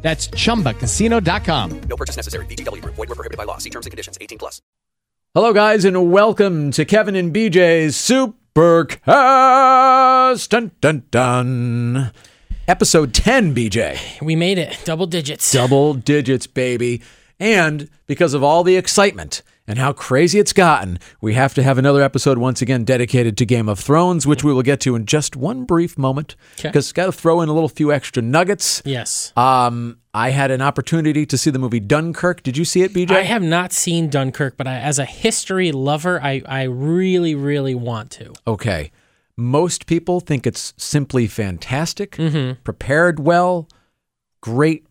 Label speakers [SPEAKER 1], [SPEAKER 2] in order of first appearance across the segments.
[SPEAKER 1] That's chumbacasino.com.
[SPEAKER 2] No purchase necessary. VGW Group. Void were prohibited by law. See terms and conditions. 18 plus.
[SPEAKER 3] Hello, guys, and welcome to Kevin and BJ's Supercast. Dun, dun, dun. Episode 10, BJ.
[SPEAKER 4] We made it. Double digits.
[SPEAKER 3] Double digits, baby. And because of all the excitement and how crazy it's gotten, we have to have another episode once again dedicated to Game of Thrones, which we will get to in just one brief moment.
[SPEAKER 4] 'Kay.
[SPEAKER 3] Because got to throw in a little few extra nuggets.
[SPEAKER 4] yes.
[SPEAKER 3] Um, I had an opportunity to see the movie Dunkirk. Did you see it, BJ?
[SPEAKER 4] I have not seen Dunkirk, but I, as a history lover, I, I really, really want to.
[SPEAKER 3] okay. Most people think it's simply fantastic, prepared well, great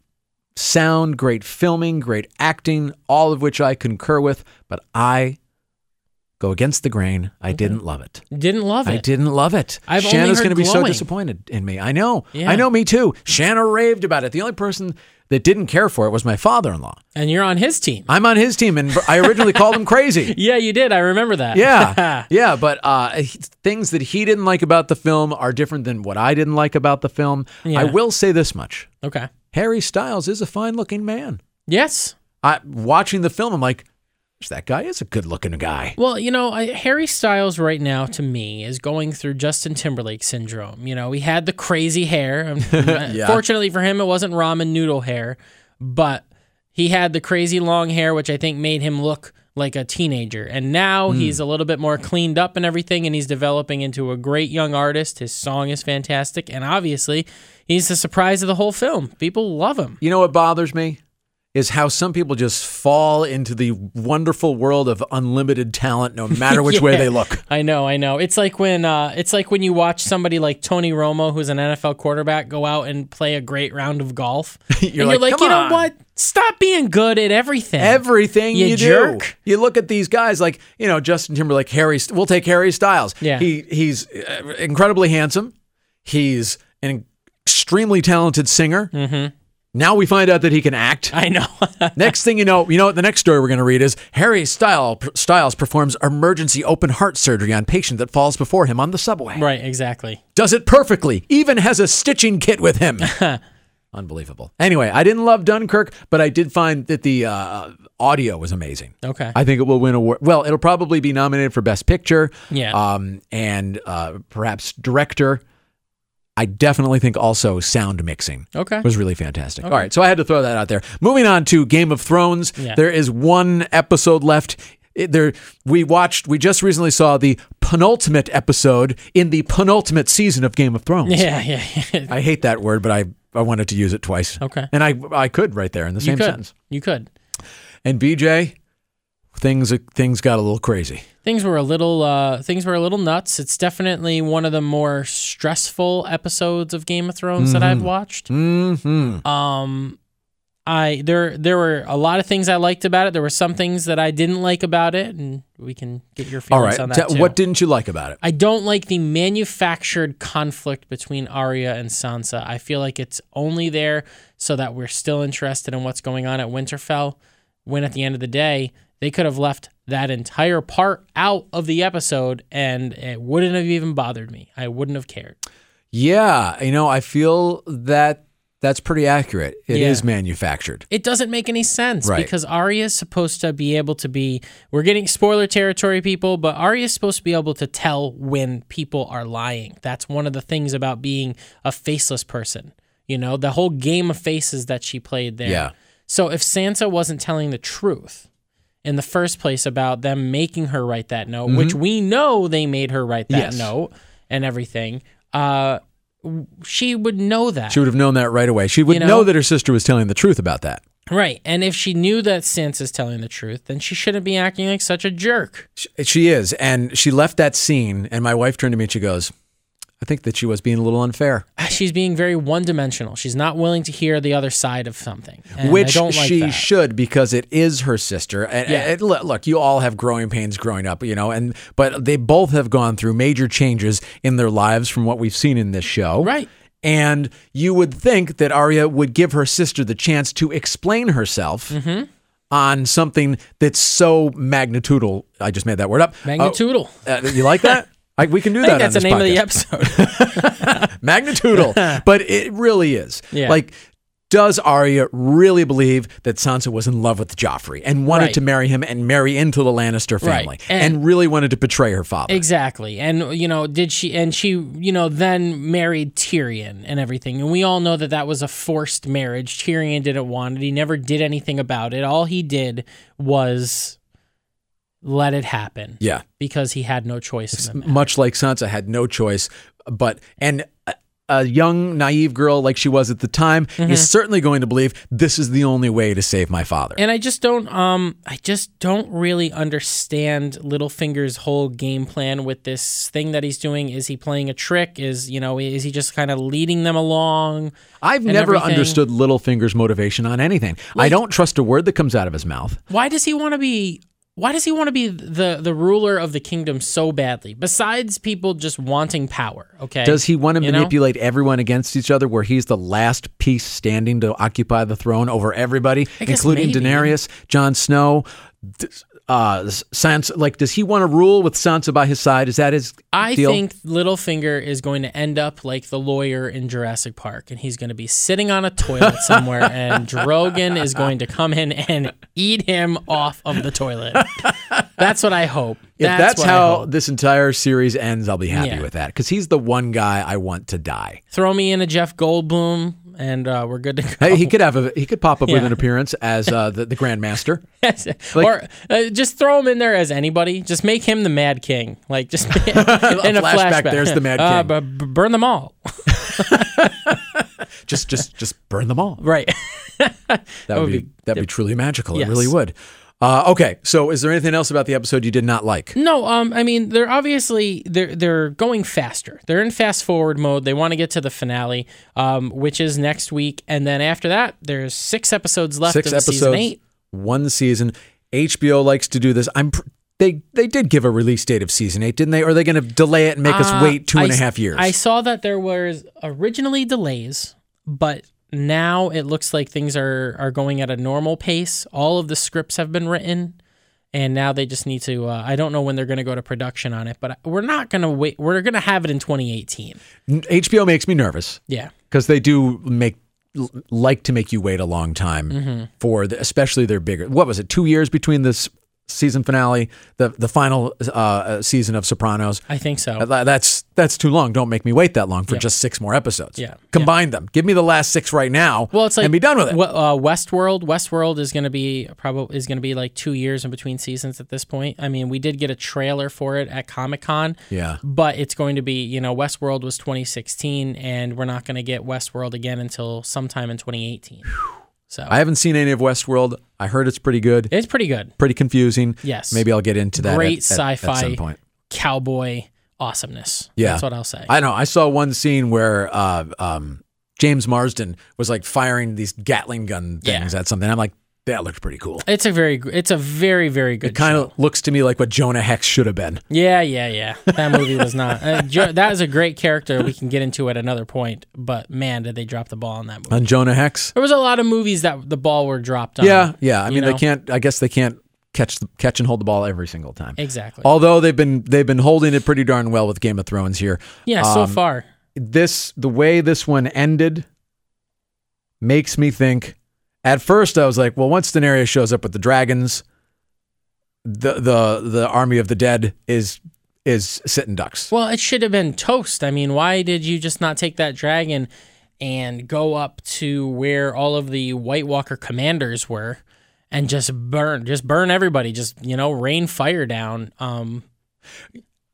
[SPEAKER 3] sound, great filming, great acting, all of which I concur with, but I go against the grain. I didn't love it.
[SPEAKER 4] Didn't love it.
[SPEAKER 3] I didn't love it.
[SPEAKER 4] I've only
[SPEAKER 3] Shanna's
[SPEAKER 4] heard
[SPEAKER 3] gonna be so
[SPEAKER 4] glowing.
[SPEAKER 3] disappointed in me. I know.
[SPEAKER 4] Yeah.
[SPEAKER 3] I know me too. Shanna raved about it. The only person that didn't care for it was my father-in-law.
[SPEAKER 4] And you're on his team.
[SPEAKER 3] I'm on his team and I originally called him crazy.
[SPEAKER 4] yeah, you did. I remember that.
[SPEAKER 3] yeah, yeah. But uh, he- things that he didn't like about the film are different than what I didn't like about the film.
[SPEAKER 4] Yeah.
[SPEAKER 3] I will say this much:
[SPEAKER 4] okay.
[SPEAKER 3] Harry Styles is a fine-looking man.
[SPEAKER 4] Yes.
[SPEAKER 3] I watching the film, I'm like, "Gosh, that guy is a good-looking guy.
[SPEAKER 4] Well, you know, I, Harry Styles right now to me is going through Justin Timberlake syndrome. You know, he had the crazy hair. Um, Fortunately for him, it wasn't ramen noodle hair, but he had the crazy long hair, which I think made him look like a teenager. And now he's a little bit more cleaned up and everything, and he's developing into a great young artist. His song is fantastic, and obviously, he's the surprise of the whole film. People love him.
[SPEAKER 3] You know what bothers me is how some people just fall into the wonderful world of unlimited talent, no matter which way
[SPEAKER 4] Yeah.
[SPEAKER 3] they look.
[SPEAKER 4] I know, I know. It's like when uh, it's like when you watch somebody like Tony Romo, who's an NFL quarterback, go out and play a great round of golf.
[SPEAKER 3] You're like,
[SPEAKER 4] and you're like,
[SPEAKER 3] "Come
[SPEAKER 4] you
[SPEAKER 3] on."
[SPEAKER 4] know what? Stop being good at everything.
[SPEAKER 3] Everything you,
[SPEAKER 4] You
[SPEAKER 3] do.
[SPEAKER 4] jerk.
[SPEAKER 3] You look at these guys like, you know, Justin Timberlake, Harry, we'll take Harry Styles.
[SPEAKER 4] Yeah.
[SPEAKER 3] He, he's uh, incredibly handsome. He's an extremely talented singer. Mm-hmm. Now we find out that he can act.
[SPEAKER 4] I know.
[SPEAKER 3] next thing you know, you know what the next story we're going to read is Harry Style, Styles performs emergency open heart surgery on patient that falls before him on the subway.
[SPEAKER 4] right, exactly.
[SPEAKER 3] Does it perfectly. Even has a stitching kit with him. Unbelievable. Anyway, I didn't love Dunkirk, but I did find that the uh, audio was amazing.
[SPEAKER 4] Okay.
[SPEAKER 3] I think it will win award. Well, it'll probably be nominated for Best Picture.
[SPEAKER 4] Yeah.
[SPEAKER 3] Um, and uh, perhaps director. I definitely think also sound mixing.
[SPEAKER 4] Okay.
[SPEAKER 3] Was really fantastic. All right, so I had to throw that out there. Moving on to Game of Thrones,
[SPEAKER 4] Yeah.
[SPEAKER 3] there is one episode left. It- there, we watched. We just recently saw the penultimate episode in the penultimate season of Game of Thrones.
[SPEAKER 4] yeah, yeah, yeah.
[SPEAKER 3] I hate that word, but I I wanted to use it twice.
[SPEAKER 4] Okay.
[SPEAKER 3] and I I could right there in the
[SPEAKER 4] you
[SPEAKER 3] same
[SPEAKER 4] could.
[SPEAKER 3] sentence.
[SPEAKER 4] You could.
[SPEAKER 3] And BJ, things things got a little crazy.
[SPEAKER 4] Things were a little uh, things were a little nuts. It's definitely one of the more stressful episodes of Game of Thrones that I've watched.
[SPEAKER 3] Mm-hmm.
[SPEAKER 4] Um, I there there were a lot of things I liked about it. There were some things that I didn't like about it, and we can get your
[SPEAKER 3] All
[SPEAKER 4] feelings
[SPEAKER 3] right,
[SPEAKER 4] on that
[SPEAKER 3] Ta-
[SPEAKER 4] too.
[SPEAKER 3] what didn't you like about it?
[SPEAKER 4] I don't like the manufactured conflict between Arya and Sansa. I feel like it's only there so that we're still interested in what's going on at Winterfell. When at the end of the day, they could have left that entire part out of the episode, and it wouldn't have even bothered me. I wouldn't have cared.
[SPEAKER 3] Yeah, you know, I feel that that's pretty accurate. It is
[SPEAKER 4] Yeah.
[SPEAKER 3] manufactured.
[SPEAKER 4] It doesn't make any sense
[SPEAKER 3] Right.
[SPEAKER 4] because Arya is supposed to be able to be. We're getting spoiler territory, people, but Arya is supposed to be able to tell when people are lying. That's one of the things about being a faceless person. You know, the whole game of faces that she played there.
[SPEAKER 3] Yeah.
[SPEAKER 4] So if Sansa wasn't telling the truth in the first place about them making her write that note, which we know they made her write
[SPEAKER 3] Mm-hmm.
[SPEAKER 4] that
[SPEAKER 3] Yes.
[SPEAKER 4] note and everything, uh, w- she would know that.
[SPEAKER 3] She would have known that right away. She would
[SPEAKER 4] You
[SPEAKER 3] know,
[SPEAKER 4] know?
[SPEAKER 3] that her sister was telling the truth about that.
[SPEAKER 4] Right. And if she knew that Sansa's telling the truth, then she shouldn't be acting like such a jerk.
[SPEAKER 3] She, she is, and she left that scene. And my wife turned to me and she goes, I think that she was being a little unfair,
[SPEAKER 4] She's being very one dimensional. She's not willing to hear the other side of something. and I
[SPEAKER 3] which
[SPEAKER 4] don't like
[SPEAKER 3] she
[SPEAKER 4] that.
[SPEAKER 3] should because it is her sister. And,
[SPEAKER 4] Yeah.
[SPEAKER 3] and look, look, you all have growing pains growing up, you know, and but they both have gone through major changes in their lives from what we've seen in this show.
[SPEAKER 4] Right.
[SPEAKER 3] And you would think that Arya would give her sister the chance to explain herself
[SPEAKER 4] Mm-hmm.
[SPEAKER 3] on something that's so magnitudinal. I just made that word up. Uh,
[SPEAKER 4] Magnitoodle.
[SPEAKER 3] uh, you like that? I, we can do
[SPEAKER 4] I think
[SPEAKER 3] that.
[SPEAKER 4] that's the
[SPEAKER 3] on this
[SPEAKER 4] name
[SPEAKER 3] podcast.
[SPEAKER 4] of the episode.
[SPEAKER 3] magnitudinal, but it really is.
[SPEAKER 4] Yeah.
[SPEAKER 3] Like, does Arya really believe that Sansa was in love with Joffrey and wanted
[SPEAKER 4] Right.
[SPEAKER 3] to marry him and marry into the Lannister
[SPEAKER 4] Right.
[SPEAKER 3] family
[SPEAKER 4] And-
[SPEAKER 3] and, really wanted to betray her father?
[SPEAKER 4] exactly. And, you know, did she, and she, you know, then married Tyrion and everything. And we all know that that was a forced marriage. Tyrion didn't want it. He never did anything about it. All he did was let it happen
[SPEAKER 3] yeah.
[SPEAKER 4] because he had no choice in the matter.
[SPEAKER 3] Much like Sansa had no choice, but, and a, a young, naive girl like she was at the time
[SPEAKER 4] Mm-hmm.
[SPEAKER 3] is certainly going to believe this is the only way to save my father.
[SPEAKER 4] And I just don't um I just don't really understand Littlefinger's whole game plan with this thing that he's doing. Is he playing a trick? Is you know, is he just kind of leading them along?
[SPEAKER 3] I've
[SPEAKER 4] and
[SPEAKER 3] never
[SPEAKER 4] everything-
[SPEAKER 3] understood Littlefinger's motivation on anything. I don't trust a word that comes out of his mouth.
[SPEAKER 4] Why does he want to be why does he want to be the the ruler of the kingdom so badly? Besides people just wanting power, okay?
[SPEAKER 3] Does he want to
[SPEAKER 4] You know?
[SPEAKER 3] manipulate everyone against each other where he's the last piece standing to occupy the throne over everybody,
[SPEAKER 4] guess
[SPEAKER 3] including
[SPEAKER 4] maybe.
[SPEAKER 3] Daenerys, Jon Snow, d- uh, Sansa? Like, does he want to rule with Sansa by his side? Is that his
[SPEAKER 4] I
[SPEAKER 3] deal?
[SPEAKER 4] think Littlefinger is going to end up like the lawyer in Jurassic Park, and he's going to be sitting on a toilet somewhere, and Drogon is going to come in and eat him off of the toilet. That's what I hope.
[SPEAKER 3] if that's,
[SPEAKER 4] what I
[SPEAKER 3] how
[SPEAKER 4] hope.
[SPEAKER 3] this entire series ends, I'll be happy
[SPEAKER 4] Yeah.
[SPEAKER 3] with that because he's the one guy I want to die.
[SPEAKER 4] Throw me in a Jeff Goldblum, and uh, we're good to go.
[SPEAKER 3] Hey, he could have a he could pop up with
[SPEAKER 4] Yeah.
[SPEAKER 3] an appearance as uh, the, the Grand Master.
[SPEAKER 4] or uh, just throw him in there as anybody. Just make him the Mad King. Like just in a flashback.
[SPEAKER 3] flashback, there's the Mad
[SPEAKER 4] Uh,
[SPEAKER 3] King.
[SPEAKER 4] bu- bu- burn them all.
[SPEAKER 3] just just just burn them all.
[SPEAKER 4] Right.
[SPEAKER 3] That would be, that'd be truly magical. It really
[SPEAKER 4] Yes.
[SPEAKER 3] would. Uh, okay, so is there anything else about the episode you did not like?
[SPEAKER 4] No, um, I mean they're obviously they're they're going faster. They're in fast forward mode. They want to get to the finale, um, which is next week, and then after that, there's six episodes left
[SPEAKER 3] Six
[SPEAKER 4] of
[SPEAKER 3] episodes,
[SPEAKER 4] season eight.
[SPEAKER 3] one season. HBO likes to do this. I'm pr- they they did give a release date of season eight, didn't they? Or are they going to delay it and make us wait two and a half years?
[SPEAKER 4] Uh, I saw that there was originally delays, but now it looks like things are are going at a normal pace. All of the scripts have been written, and now they just need to. Uh, I don't know when they're going to go to production on it, but we're not going to wait. We're going to have it in 2018.
[SPEAKER 3] N- HBO makes me nervous
[SPEAKER 4] Yeah.
[SPEAKER 3] because they do make l- like to make you wait a long time
[SPEAKER 4] Mm-hmm.
[SPEAKER 3] for the, especially their bigger. What was it? Two years between this season finale, the the final uh, uh, season of Sopranos.
[SPEAKER 4] I think so.
[SPEAKER 3] Uh, tha- That's that's too long. Don't make me wait that long for just six more episodes.
[SPEAKER 4] Yeah.
[SPEAKER 3] combine them. Give me the last six right now.
[SPEAKER 4] Well, it's like
[SPEAKER 3] and be done with it.
[SPEAKER 4] we- uh, Westworld. Westworld is going to be probably is going to be like two years in between seasons at this point. I mean, we did get a trailer for it at Comic Con.
[SPEAKER 3] Yeah.
[SPEAKER 4] but it's going to be you know Westworld was 2016, and we're not going to get Westworld again until sometime in 2018. So
[SPEAKER 3] I haven't seen any of Westworld. I heard it's pretty good,
[SPEAKER 4] it's pretty good.
[SPEAKER 3] pretty confusing.
[SPEAKER 4] Yes.
[SPEAKER 3] Maybe I'll get into that. at-
[SPEAKER 4] Great
[SPEAKER 3] at, at,
[SPEAKER 4] sci-fi
[SPEAKER 3] some point.
[SPEAKER 4] Cowboy awesomeness.
[SPEAKER 3] Yeah.
[SPEAKER 4] that's what I'll say.
[SPEAKER 3] I know. I saw one scene where uh, um, James Marsden was like firing these Gatling gun
[SPEAKER 4] Yeah.
[SPEAKER 3] things at something. I'm like, that looks pretty cool.
[SPEAKER 4] it's a very gr- it's a very very good
[SPEAKER 3] Kind
[SPEAKER 4] show.
[SPEAKER 3] of looks to me like what Jonah Hex should have been.
[SPEAKER 4] Yeah, yeah, yeah. That movie was not. Uh, jo- that is a great character we can get into at another point, but man, did they drop the ball on that movie.
[SPEAKER 3] On Jonah Hex.
[SPEAKER 4] There was a lot of movies that the ball were dropped on.
[SPEAKER 3] Yeah, yeah. I mean,
[SPEAKER 4] Uh, know?
[SPEAKER 3] they can't. I guess they can't catch the, catch and hold the ball every single time.
[SPEAKER 4] Exactly.
[SPEAKER 3] Although they've been they've been holding it pretty darn well with Game of Thrones here.
[SPEAKER 4] yeah, so far.
[SPEAKER 3] This the way this one ended makes me think. At first, I was like, well, once Daenerys shows up with the dragons, the the the army of the dead is is sitting ducks.
[SPEAKER 4] Well, it should have been toast. I mean, why did you just not take that dragon and go up to where all of the White Walker commanders were and just burn, just burn everybody, just you know, rain fire down. Um,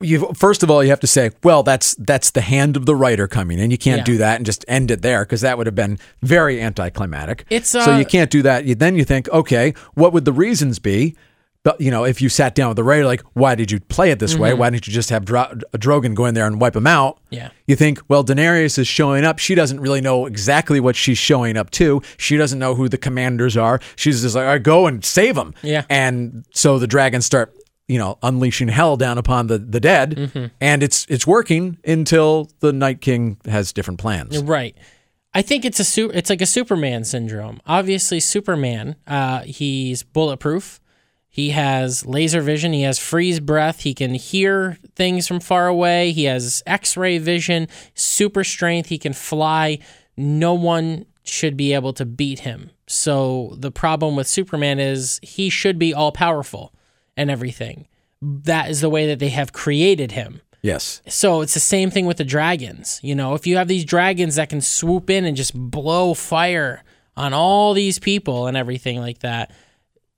[SPEAKER 3] You first of all, you have to say, well, that's that's the hand of the writer coming, and you can't
[SPEAKER 4] Yeah.
[SPEAKER 3] do that and just end it there because that would have been very anticlimactic.
[SPEAKER 4] It's,
[SPEAKER 3] so
[SPEAKER 4] uh,
[SPEAKER 3] you can't do that. You, then you think, okay, what would the reasons be? But you know, if you sat down with the writer, like, why did you play it this way? Why didn't you just have Dro- Drogon go in there and wipe him out?
[SPEAKER 4] Mm-hmm. Yeah.
[SPEAKER 3] You think, well, Daenerys is showing up. She doesn't really know exactly what she's showing up to. She doesn't know who the commanders are. She's just like, all right, go and save them.
[SPEAKER 4] Yeah.
[SPEAKER 3] And so the dragons start, you know, unleashing hell down upon the the dead,
[SPEAKER 4] Mm-hmm.
[SPEAKER 3] and it's it's working until the Night King has different plans.
[SPEAKER 4] Right. I think it's a su- it's like a Superman syndrome. Obviously, Superman, uh, he's bulletproof. He has laser vision. He has freeze breath. He can hear things from far away. He has X ray vision, super strength. He can fly. No one should be able to beat him. So the problem with Superman is he should be all powerful and everything. That is the way that they have created him.
[SPEAKER 3] Yes.
[SPEAKER 4] So it's the same thing with the dragons. You know, if you have these dragons that can swoop in and just blow fire on all these people and everything like that,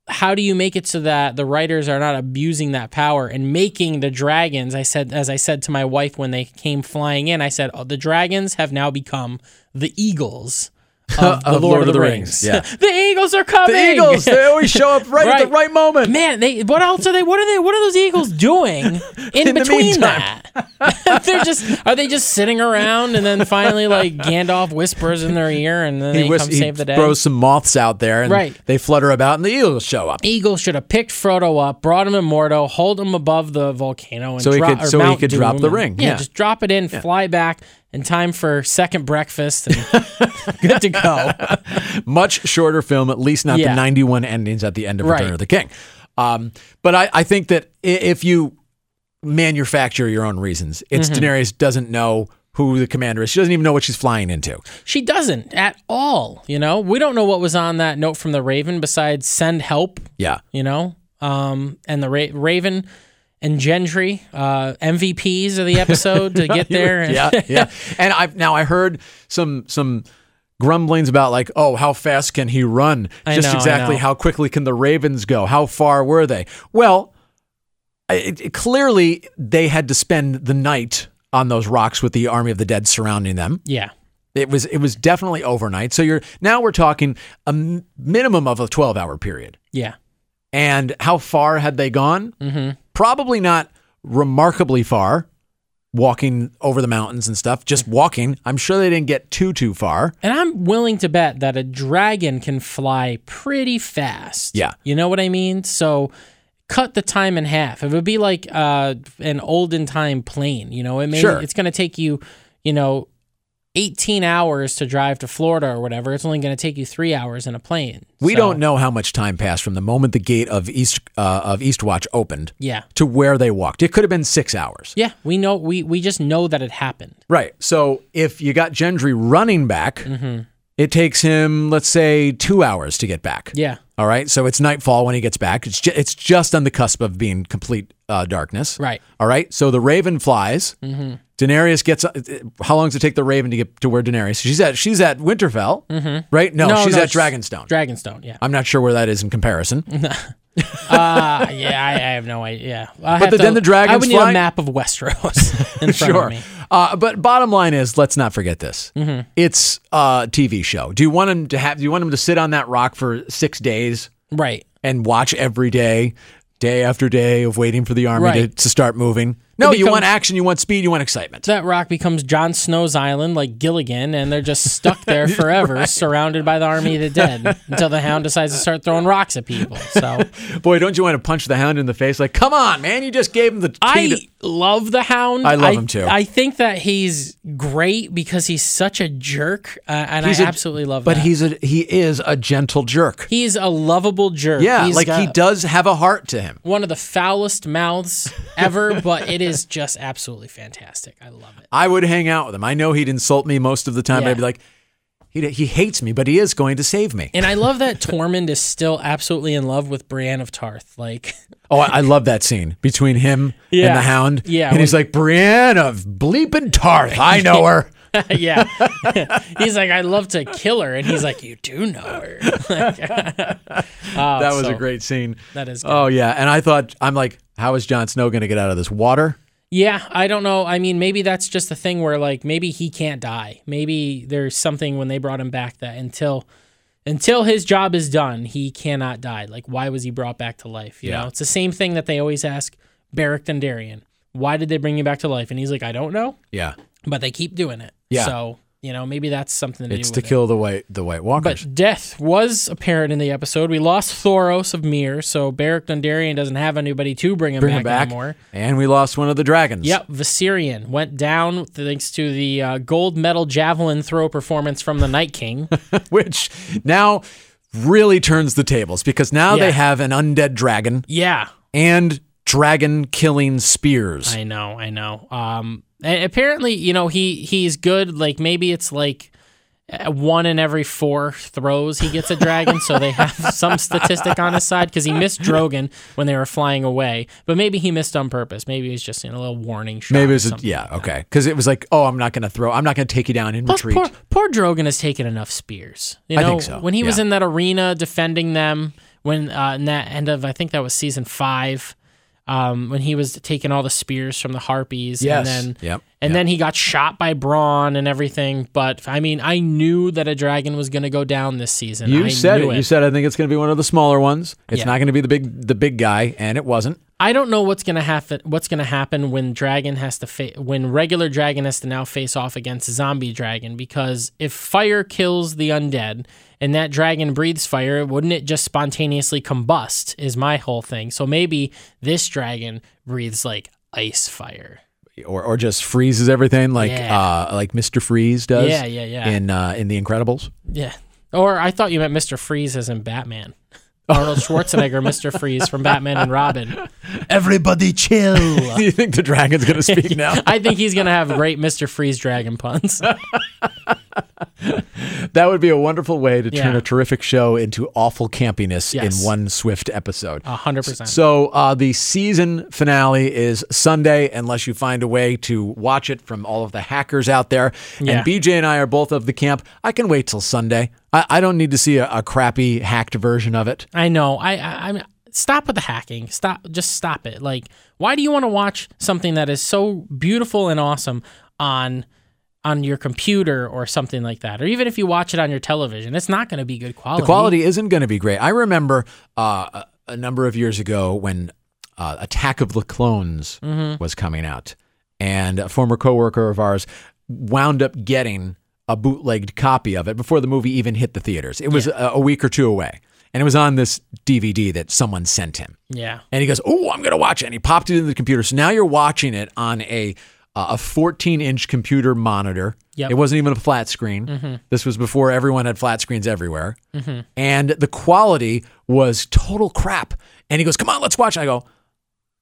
[SPEAKER 4] how do you make it so that the writers are not abusing that power and making the dragons? I said, as I said to my wife when they came flying in, I said, oh, the dragons have now become the eagles of, the Lord, of the, Rings.
[SPEAKER 3] yeah.
[SPEAKER 4] the eagles are coming.
[SPEAKER 3] The Eagles, they always show up right, at the
[SPEAKER 4] Right.
[SPEAKER 3] right moment.
[SPEAKER 4] Man, they what else are they? What are they? What are those eagles doing in,
[SPEAKER 3] the
[SPEAKER 4] between
[SPEAKER 3] meantime.
[SPEAKER 4] that? They're just are they just sitting around and then finally like Gandalf whispers in their ear and then they
[SPEAKER 3] whis-
[SPEAKER 4] come save the day.
[SPEAKER 3] throws some moths out there and
[SPEAKER 4] Right.
[SPEAKER 3] they flutter about and the eagles show up.
[SPEAKER 4] Eagle should have picked Frodo up, brought him to Mordo, hold him above the volcano, and
[SPEAKER 3] So he
[SPEAKER 4] dro-
[SPEAKER 3] could-
[SPEAKER 4] or
[SPEAKER 3] so he
[SPEAKER 4] Mount
[SPEAKER 3] could
[SPEAKER 4] Doom
[SPEAKER 3] drop the
[SPEAKER 4] and-
[SPEAKER 3] ring,
[SPEAKER 4] Yeah,
[SPEAKER 3] yeah.
[SPEAKER 4] just drop it in, fly back in time for second breakfast, and good to go.
[SPEAKER 3] Much shorter film, at least not the
[SPEAKER 4] Yeah.
[SPEAKER 3] 91 endings at the end of
[SPEAKER 4] Right.
[SPEAKER 3] Return of the King. Um, but I, I think that i- if you manufacture your own reasons, it's
[SPEAKER 4] Mm-hmm.
[SPEAKER 3] Daenerys doesn't know who the commander is. She doesn't even know what she's flying into.
[SPEAKER 4] She doesn't at all. You know, we don't know what was on that note from the Raven besides send help.
[SPEAKER 3] Yeah.
[SPEAKER 4] You know, um, and the Ra- Raven and Gentry, uh, MVPs of the episode to get there. And
[SPEAKER 3] yeah, yeah. And I've now I heard some some grumblings about like, oh, how fast can he run?
[SPEAKER 4] I
[SPEAKER 3] Just
[SPEAKER 4] know, I
[SPEAKER 3] exactly
[SPEAKER 4] know.
[SPEAKER 3] how quickly can the Ravens go? How far were they? Well, I- it, it- clearly they had to spend the night on those rocks with the army of the dead surrounding them.
[SPEAKER 4] yeah,
[SPEAKER 3] It was it was definitely overnight. So you're now we're talking a m- minimum of a 12 hour period.
[SPEAKER 4] yeah,
[SPEAKER 3] And how far had they gone? Mm-hmm. Probably not remarkably far, walking over the mountains and stuff, just walking. I'm sure they didn't get too, too far.
[SPEAKER 4] And I'm willing to bet that a dragon can fly pretty fast.
[SPEAKER 3] Yeah.
[SPEAKER 4] you know what I mean. So. Cut the time in half. It would be like uh, an olden time plane. You know, it may
[SPEAKER 3] Sure.
[SPEAKER 4] it's going to take you, you know, 18 hours to drive to Florida or whatever. It's only going to take you three hours in a plane.
[SPEAKER 3] We
[SPEAKER 4] So,
[SPEAKER 3] don't know how much time passed from the moment the gate of East uh, of Eastwatch opened
[SPEAKER 4] Yeah.
[SPEAKER 3] to where they walked. It could have been six hours.
[SPEAKER 4] Yeah, we know we we just know that it happened.
[SPEAKER 3] Right. So if you got Gendry running back,
[SPEAKER 4] Mm-hmm.
[SPEAKER 3] it takes him, let's say, two hours to get back.
[SPEAKER 4] Yeah.
[SPEAKER 3] All right. So it's nightfall when he gets back. It's ju- it's just on the cusp of being complete uh, darkness.
[SPEAKER 4] Right.
[SPEAKER 3] All right. So the Raven flies. Mm-hmm. Daenerys gets. How long does it take the Raven to get to where Daenerys? She's at. She's at Winterfell. Mm-hmm. Right. No,
[SPEAKER 4] No,
[SPEAKER 3] she's
[SPEAKER 4] no,
[SPEAKER 3] at
[SPEAKER 4] she's-
[SPEAKER 3] Dragonstone.
[SPEAKER 4] Dragonstone, yeah.
[SPEAKER 3] I'm not sure where that is in comparison.
[SPEAKER 4] Uh, yeah, I, I have no idea. I
[SPEAKER 3] But
[SPEAKER 4] have
[SPEAKER 3] the- then the dragons
[SPEAKER 4] I would need
[SPEAKER 3] fly-
[SPEAKER 4] a map of Westeros in front
[SPEAKER 3] sure.
[SPEAKER 4] of me.
[SPEAKER 3] Uh, but bottom line is, let's not forget this. Mm-hmm. It's a TV show. Do you want him to have? Do you want him to sit on that rock for six days
[SPEAKER 4] Right.
[SPEAKER 3] and watch every day, day after day of waiting for the army
[SPEAKER 4] Right.
[SPEAKER 3] to, to start moving. No, you
[SPEAKER 4] becomes-
[SPEAKER 3] want action, you want speed, you want excitement.
[SPEAKER 4] That rock becomes Jon Snow's island, like Gilligan, and they're just stuck there forever, surrounded by the army of the dead, until the Hound decides to start throwing rocks at people. So
[SPEAKER 3] Boy, don't you want to punch the hound in the face? Like, come on, man, you just gave him the. key to-
[SPEAKER 4] I love the Hound.
[SPEAKER 3] I love him too.
[SPEAKER 4] I think that he's great because he's such a jerk, uh, and
[SPEAKER 3] He's
[SPEAKER 4] I
[SPEAKER 3] a-
[SPEAKER 4] absolutely love
[SPEAKER 3] but
[SPEAKER 4] that.
[SPEAKER 3] he's a he is a gentle jerk.
[SPEAKER 4] he's a lovable jerk.
[SPEAKER 3] yeah,
[SPEAKER 4] He's
[SPEAKER 3] like he
[SPEAKER 4] got-
[SPEAKER 3] does have a heart to him.
[SPEAKER 4] one of the foulest mouths ever, but it is just absolutely fantastic. I love it.
[SPEAKER 3] I would hang out with him. I know he'd insult me most of the time. but
[SPEAKER 4] Yeah.
[SPEAKER 3] I'd be like, he he hates me, but he is going to save me.
[SPEAKER 4] And I love that Tormund is still absolutely in love with Brienne of Tarth. Like,
[SPEAKER 3] Oh, I, I love that scene between him
[SPEAKER 4] Yeah.
[SPEAKER 3] and the hound.
[SPEAKER 4] Yeah,
[SPEAKER 3] and he's like Brienne of bleeping Tarth. I know her.
[SPEAKER 4] yeah. he's like, I'd love to kill her. And he's like, You do know her.
[SPEAKER 3] that was a
[SPEAKER 4] Oh, so-
[SPEAKER 3] great scene.
[SPEAKER 4] That is good.
[SPEAKER 3] Oh yeah, and I thought I'm like, how is Jon Snow going to get out of this water?
[SPEAKER 4] Yeah, I don't know. I mean, maybe that's just the thing where like maybe he can't die. Maybe there's something when they brought him back that until until his job is done, he cannot die. Like, why was he brought back to life? You
[SPEAKER 3] Yeah.
[SPEAKER 4] know, it's the same thing that they always ask Barrick Dundarian. Why did they bring you back to life? And he's like, I don't know,
[SPEAKER 3] Yeah.
[SPEAKER 4] but they keep doing it.
[SPEAKER 3] Yeah.
[SPEAKER 4] So you know, maybe that's something to
[SPEAKER 3] It's
[SPEAKER 4] do
[SPEAKER 3] to
[SPEAKER 4] with it.
[SPEAKER 3] kill the white the White Walkers.
[SPEAKER 4] But death was apparent in the episode. We lost Thoros of Mir, so Barrick Dundarian doesn't have anybody to bring him,
[SPEAKER 3] Bring
[SPEAKER 4] back,
[SPEAKER 3] him back.
[SPEAKER 4] anymore.
[SPEAKER 3] And we lost one of the dragons.
[SPEAKER 4] Yep, Viserion went down thanks to the uh, gold medal javelin throw performance from the Night King.
[SPEAKER 3] Which now really turns the tables because now
[SPEAKER 4] Yeah.
[SPEAKER 3] they have an undead dragon
[SPEAKER 4] yeah,
[SPEAKER 3] and dragon killing spears.
[SPEAKER 4] I know, I know. Um, and apparently, you know, he he's good. Like maybe it's like uh, one in every four throws he gets a dragon, so they have some statistic on his side because he missed Drogon when they were flying away. But maybe he missed on purpose. Maybe it was just in a little warning shot.
[SPEAKER 3] Maybe
[SPEAKER 4] or
[SPEAKER 3] it's a,
[SPEAKER 4] something.
[SPEAKER 3] yeah, okay. Because it was like, oh, I'm not going to throw, I'm not going to take you down in
[SPEAKER 4] Plus,
[SPEAKER 3] retreat.
[SPEAKER 4] poor, poor Drogon has taken enough spears. You
[SPEAKER 3] I
[SPEAKER 4] know,
[SPEAKER 3] think so,
[SPEAKER 4] when he was
[SPEAKER 3] yeah.
[SPEAKER 4] in that arena defending them, when uh, in that end of I think that was season five, um, when he was taking all the spears from the harpies,
[SPEAKER 3] Yes.
[SPEAKER 4] and then
[SPEAKER 3] Yep,
[SPEAKER 4] and
[SPEAKER 3] yep.
[SPEAKER 4] then he got shot by Braun and everything. But I mean, I knew that a dragon was going to go down this season.
[SPEAKER 3] You
[SPEAKER 4] I
[SPEAKER 3] said
[SPEAKER 4] knew
[SPEAKER 3] it. You said I think it's going to be one of the smaller ones. It's
[SPEAKER 4] Yeah.
[SPEAKER 3] not going to be the big the big guy, and it wasn't.
[SPEAKER 4] I don't know what's gonna happen. What's gonna happen when Dragon has to fa- when regular Dragon has to now face off against Zombie Dragon because if fire kills the undead and that dragon breathes fire, wouldn't it just spontaneously combust? Is my whole thing. So maybe this dragon breathes like ice fire.
[SPEAKER 3] Or, or just freezes everything like
[SPEAKER 4] Yeah.
[SPEAKER 3] uh, like Mr. Freeze does
[SPEAKER 4] Yeah, yeah, yeah.
[SPEAKER 3] in uh, in The Incredibles.
[SPEAKER 4] Yeah. Or I thought you meant Mr. Freeze as in Batman. Arnold Schwarzenegger, Mr. Freeze from Batman and Robin.
[SPEAKER 3] Everybody chill. Do you think the dragon's going to speak now?
[SPEAKER 4] I think he's gonna have great Mr. Freeze dragon puns.
[SPEAKER 3] That would be a wonderful way to turn
[SPEAKER 4] Yeah.
[SPEAKER 3] a terrific show into awful campiness
[SPEAKER 4] Yes.
[SPEAKER 3] in one swift episode.
[SPEAKER 4] A hundred percent.
[SPEAKER 3] So uh, the season finale is Sunday, unless you find a way to watch it from all of the hackers out there.
[SPEAKER 4] Yeah.
[SPEAKER 3] And BJ and I are both of the camp. I can wait till Sunday. I, I don't need to see a, a crappy hacked version of it.
[SPEAKER 4] I know. I, I I'm stop with the hacking. Stop. Just stop it. Like, why do you want to watch something that is so beautiful and awesome on on your computer or something like that, or even if you watch it on your television, it's not going to be good quality.
[SPEAKER 3] The quality isn't going to be great. I remember uh, a- a number of years ago when uh, Attack of the Clones was coming out, and a former coworker of ours wound up getting a bootlegged copy of it before the movie even hit the theaters. It was a, a week or two away, and it was on this DVD that someone sent him.
[SPEAKER 4] Yeah.
[SPEAKER 3] And he goes, "Oh, I'm gonna watch it." And he popped it into the computer. So now you're watching it on a uh, a 14 inch computer monitor.
[SPEAKER 4] Yep. Mm-hmm.
[SPEAKER 3] It wasn't even a flat screen. This was before everyone had flat screens everywhere. And the quality was total crap. And he goes, "Come on, let's watch." And I go,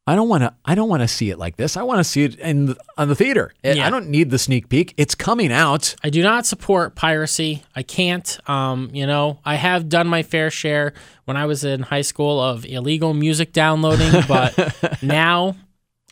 [SPEAKER 3] "I don't want to. I don't want to see it like this. I want to see it in the, on the theater. I-
[SPEAKER 4] Yeah.
[SPEAKER 3] I don't need the sneak peek. It's coming out."
[SPEAKER 4] I do not support piracy. I can't. Um, you know, I have done my fair share when I was in high school of illegal music downloading, but now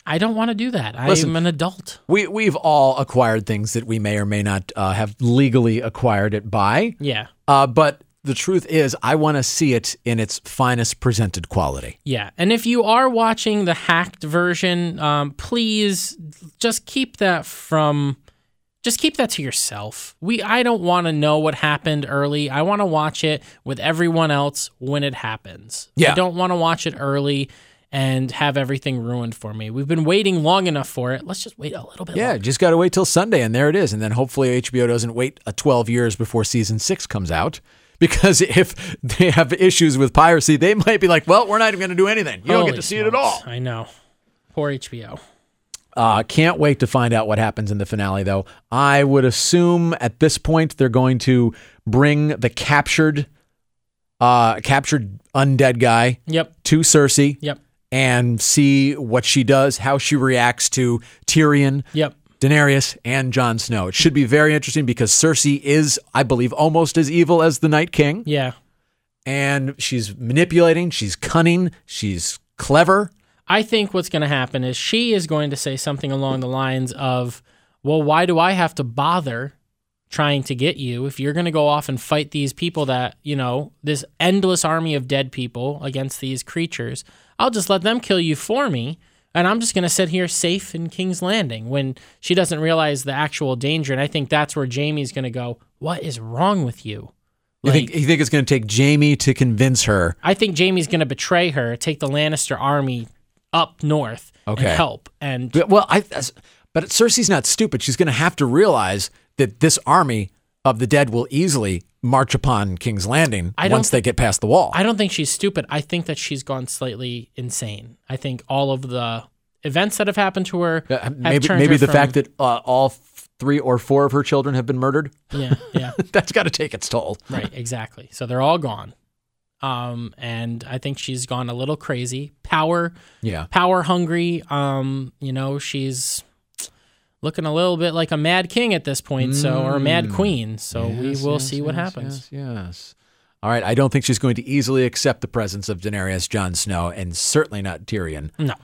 [SPEAKER 4] I don't want to do that. I
[SPEAKER 3] Listen,
[SPEAKER 4] am an adult.
[SPEAKER 3] We we've all acquired things that we may or may not uh, have legally acquired it by.
[SPEAKER 4] Yeah.
[SPEAKER 3] Uh, but the truth is, I want to see it in its finest presented quality.
[SPEAKER 4] Yeah, and if you are watching the hacked version, um, please just keep that from. Just keep that to yourself. We I don't want to know what happened early. I want to watch it with everyone else when it happens.
[SPEAKER 3] Yeah.
[SPEAKER 4] I don't want to watch it early and have everything ruined for me. We've been waiting long enough for it. Let's just wait a little bit.
[SPEAKER 3] Yeah,
[SPEAKER 4] longer.
[SPEAKER 3] just got to wait till Sunday, and there it is. And then hopefully HBO doesn't wait uh, 12 years before season six comes out. Because if they have issues with piracy, they might be like, well, we're not even going to do anything. You don't
[SPEAKER 4] Holy
[SPEAKER 3] get to see it at
[SPEAKER 4] smokes.
[SPEAKER 3] all.
[SPEAKER 4] I know. Poor HBO.
[SPEAKER 3] Uh, can't wait to find out what happens in the finale, though. I would assume at this point they're going to bring the captured, uh, captured undead guy
[SPEAKER 4] Yep.
[SPEAKER 3] to Cersei.
[SPEAKER 4] Yep.
[SPEAKER 3] and see what she does, how she reacts to Tyrion,
[SPEAKER 4] Yep.
[SPEAKER 3] Daenerys, and Jon Snow. It should be very interesting because Cersei is, I believe, almost as evil as the Night King,
[SPEAKER 4] Yeah.
[SPEAKER 3] and she's manipulating, she's cunning, she's clever.
[SPEAKER 4] I think what's going to happen is she is going to say something along the lines of, "Well, why do I have to bother trying to get you if you're going to go off and fight these people that, you know, this endless army of dead people against these creatures? I'll just let them kill you for me." And I'm just going to sit here safe in King's Landing when she doesn't realize the actual danger. And I think that's where Jamie's going to go, What is wrong with you?
[SPEAKER 3] You think
[SPEAKER 4] Like-
[SPEAKER 3] you think it's going to take Jamie to convince her?
[SPEAKER 4] I think Jamie's going to betray her, take the Lannister army up north
[SPEAKER 3] Okay.
[SPEAKER 4] and help. And
[SPEAKER 3] But- Well, I. that's- But Cersei's not stupid. She's going to have to realize that this army of the dead will easily march upon King's Landing
[SPEAKER 4] I don't
[SPEAKER 3] once they get past the wall.
[SPEAKER 4] I don't think she's stupid. I think that she's gone slightly insane. I think all of the events that have happened to her
[SPEAKER 3] Uh,
[SPEAKER 4] have
[SPEAKER 3] maybe
[SPEAKER 4] turned
[SPEAKER 3] maybe
[SPEAKER 4] her
[SPEAKER 3] the
[SPEAKER 4] from-
[SPEAKER 3] fact that uh, all f- three or four of her children have been murdered.
[SPEAKER 4] yeah yeah
[SPEAKER 3] That's got to take its toll.
[SPEAKER 4] right exactly. So they're all gone. Um, and I think she's gone a little crazy. Power
[SPEAKER 3] Yeah.
[SPEAKER 4] power hungry. Um, you know, she's looking a little bit like a mad king at this point, so or a mad queen. So we will see what happens.
[SPEAKER 3] Mm. Yes, yes. All right. I don't think she's going to easily accept the presence of Daenerys, Jon Snow, and certainly not Tyrion.
[SPEAKER 4] No.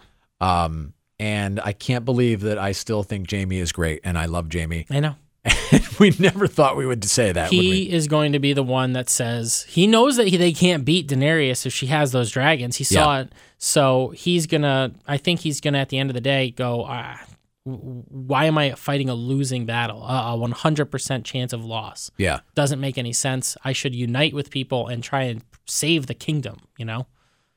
[SPEAKER 3] Um, and I can't believe that I still think Jamie is great, and I love Jamie.
[SPEAKER 4] I know.
[SPEAKER 3] we never thought we would say that. would we?
[SPEAKER 4] He is going to be the one that says he knows that he, they can't beat Daenerys if she has those dragons. He saw it. So he's going to, I think he's going to, at the end of the day, go, ah, w- why am I fighting a losing battle? A a 100% chance of loss.
[SPEAKER 3] Yeah.
[SPEAKER 4] Doesn't make any sense. I should unite with people and try and save the kingdom, you know?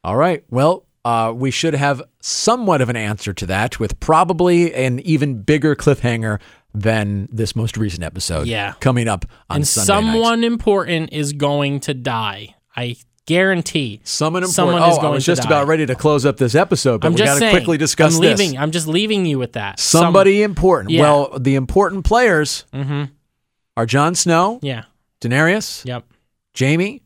[SPEAKER 3] All right. Well, uh, we should have somewhat of an answer to that with probably an even bigger cliffhanger than this most recent episode.
[SPEAKER 4] Yeah.
[SPEAKER 3] Coming up on
[SPEAKER 4] and
[SPEAKER 3] Sunday night.
[SPEAKER 4] someone important is going to die. I guarantee.
[SPEAKER 3] Someone
[SPEAKER 4] someone
[SPEAKER 3] important.
[SPEAKER 4] is
[SPEAKER 3] oh, I
[SPEAKER 4] going
[SPEAKER 3] was
[SPEAKER 4] to
[SPEAKER 3] just
[SPEAKER 4] die.
[SPEAKER 3] about ready to close up this episode, but
[SPEAKER 4] I'm
[SPEAKER 3] we
[SPEAKER 4] just
[SPEAKER 3] got to
[SPEAKER 4] saying.
[SPEAKER 3] quickly discuss
[SPEAKER 4] I'm
[SPEAKER 3] this.
[SPEAKER 4] leaving. I'm just leaving you with that. Some-
[SPEAKER 3] Somebody important.
[SPEAKER 4] Yeah.
[SPEAKER 3] Well, the important players are Jon Snow,
[SPEAKER 4] mm-hmm. yeah.
[SPEAKER 3] Daenerys,
[SPEAKER 4] Yep.
[SPEAKER 3] Jamie,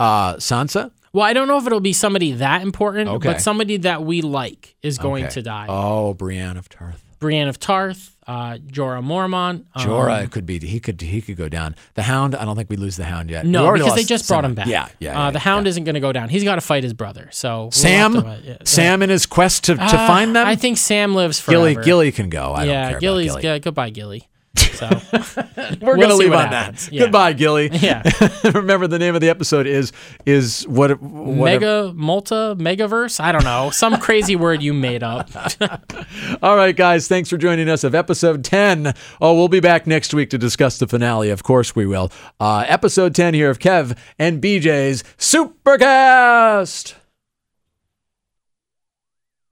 [SPEAKER 3] uh, Sansa.
[SPEAKER 4] Well, I don't know if it'll be somebody that important,
[SPEAKER 3] Okay.
[SPEAKER 4] but somebody that we like is going
[SPEAKER 3] Okay.
[SPEAKER 4] to die.
[SPEAKER 3] Oh, Brienne of Tarth.
[SPEAKER 4] Brienne of Tarth, uh, Jorah Mormont. um,
[SPEAKER 3] Jorah could be he could he could go down. The Hound, I don't think we lose the Hound yet. We
[SPEAKER 4] no,
[SPEAKER 3] already
[SPEAKER 4] because they
[SPEAKER 3] lost
[SPEAKER 4] just brought
[SPEAKER 3] Sam.
[SPEAKER 4] him back.
[SPEAKER 3] Yeah, yeah. yeah,
[SPEAKER 4] uh, the
[SPEAKER 3] yeah.
[SPEAKER 4] Hound isn't going to go down. He's got to fight his brother. So we'll
[SPEAKER 3] Sam,
[SPEAKER 4] have to- uh, yeah, yeah.
[SPEAKER 3] Sam in his quest to, to
[SPEAKER 4] Ah,
[SPEAKER 3] find them.
[SPEAKER 4] I think Sam lives forever.
[SPEAKER 3] Gilly Gilly can go. I
[SPEAKER 4] yeah,
[SPEAKER 3] don't care
[SPEAKER 4] Gilly's
[SPEAKER 3] about Gilly.
[SPEAKER 4] good. Goodbye, Gilly. So
[SPEAKER 3] We're
[SPEAKER 4] We'll
[SPEAKER 3] gonna
[SPEAKER 4] see
[SPEAKER 3] leave
[SPEAKER 4] what
[SPEAKER 3] on
[SPEAKER 4] happens.
[SPEAKER 3] that.
[SPEAKER 4] Yeah.
[SPEAKER 3] Goodbye, Gilly.
[SPEAKER 4] yeah,
[SPEAKER 3] Remember the name of the episode is is what, what
[SPEAKER 4] mega multa megaverse. I don't know some crazy word you made up.
[SPEAKER 3] All right, guys, thanks for joining us of episode 10. Oh, we'll be back next week to discuss the finale. Of course, we will. Uh, episode 10 here of Kev and BJ's Supercast.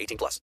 [SPEAKER 2] 18 plus.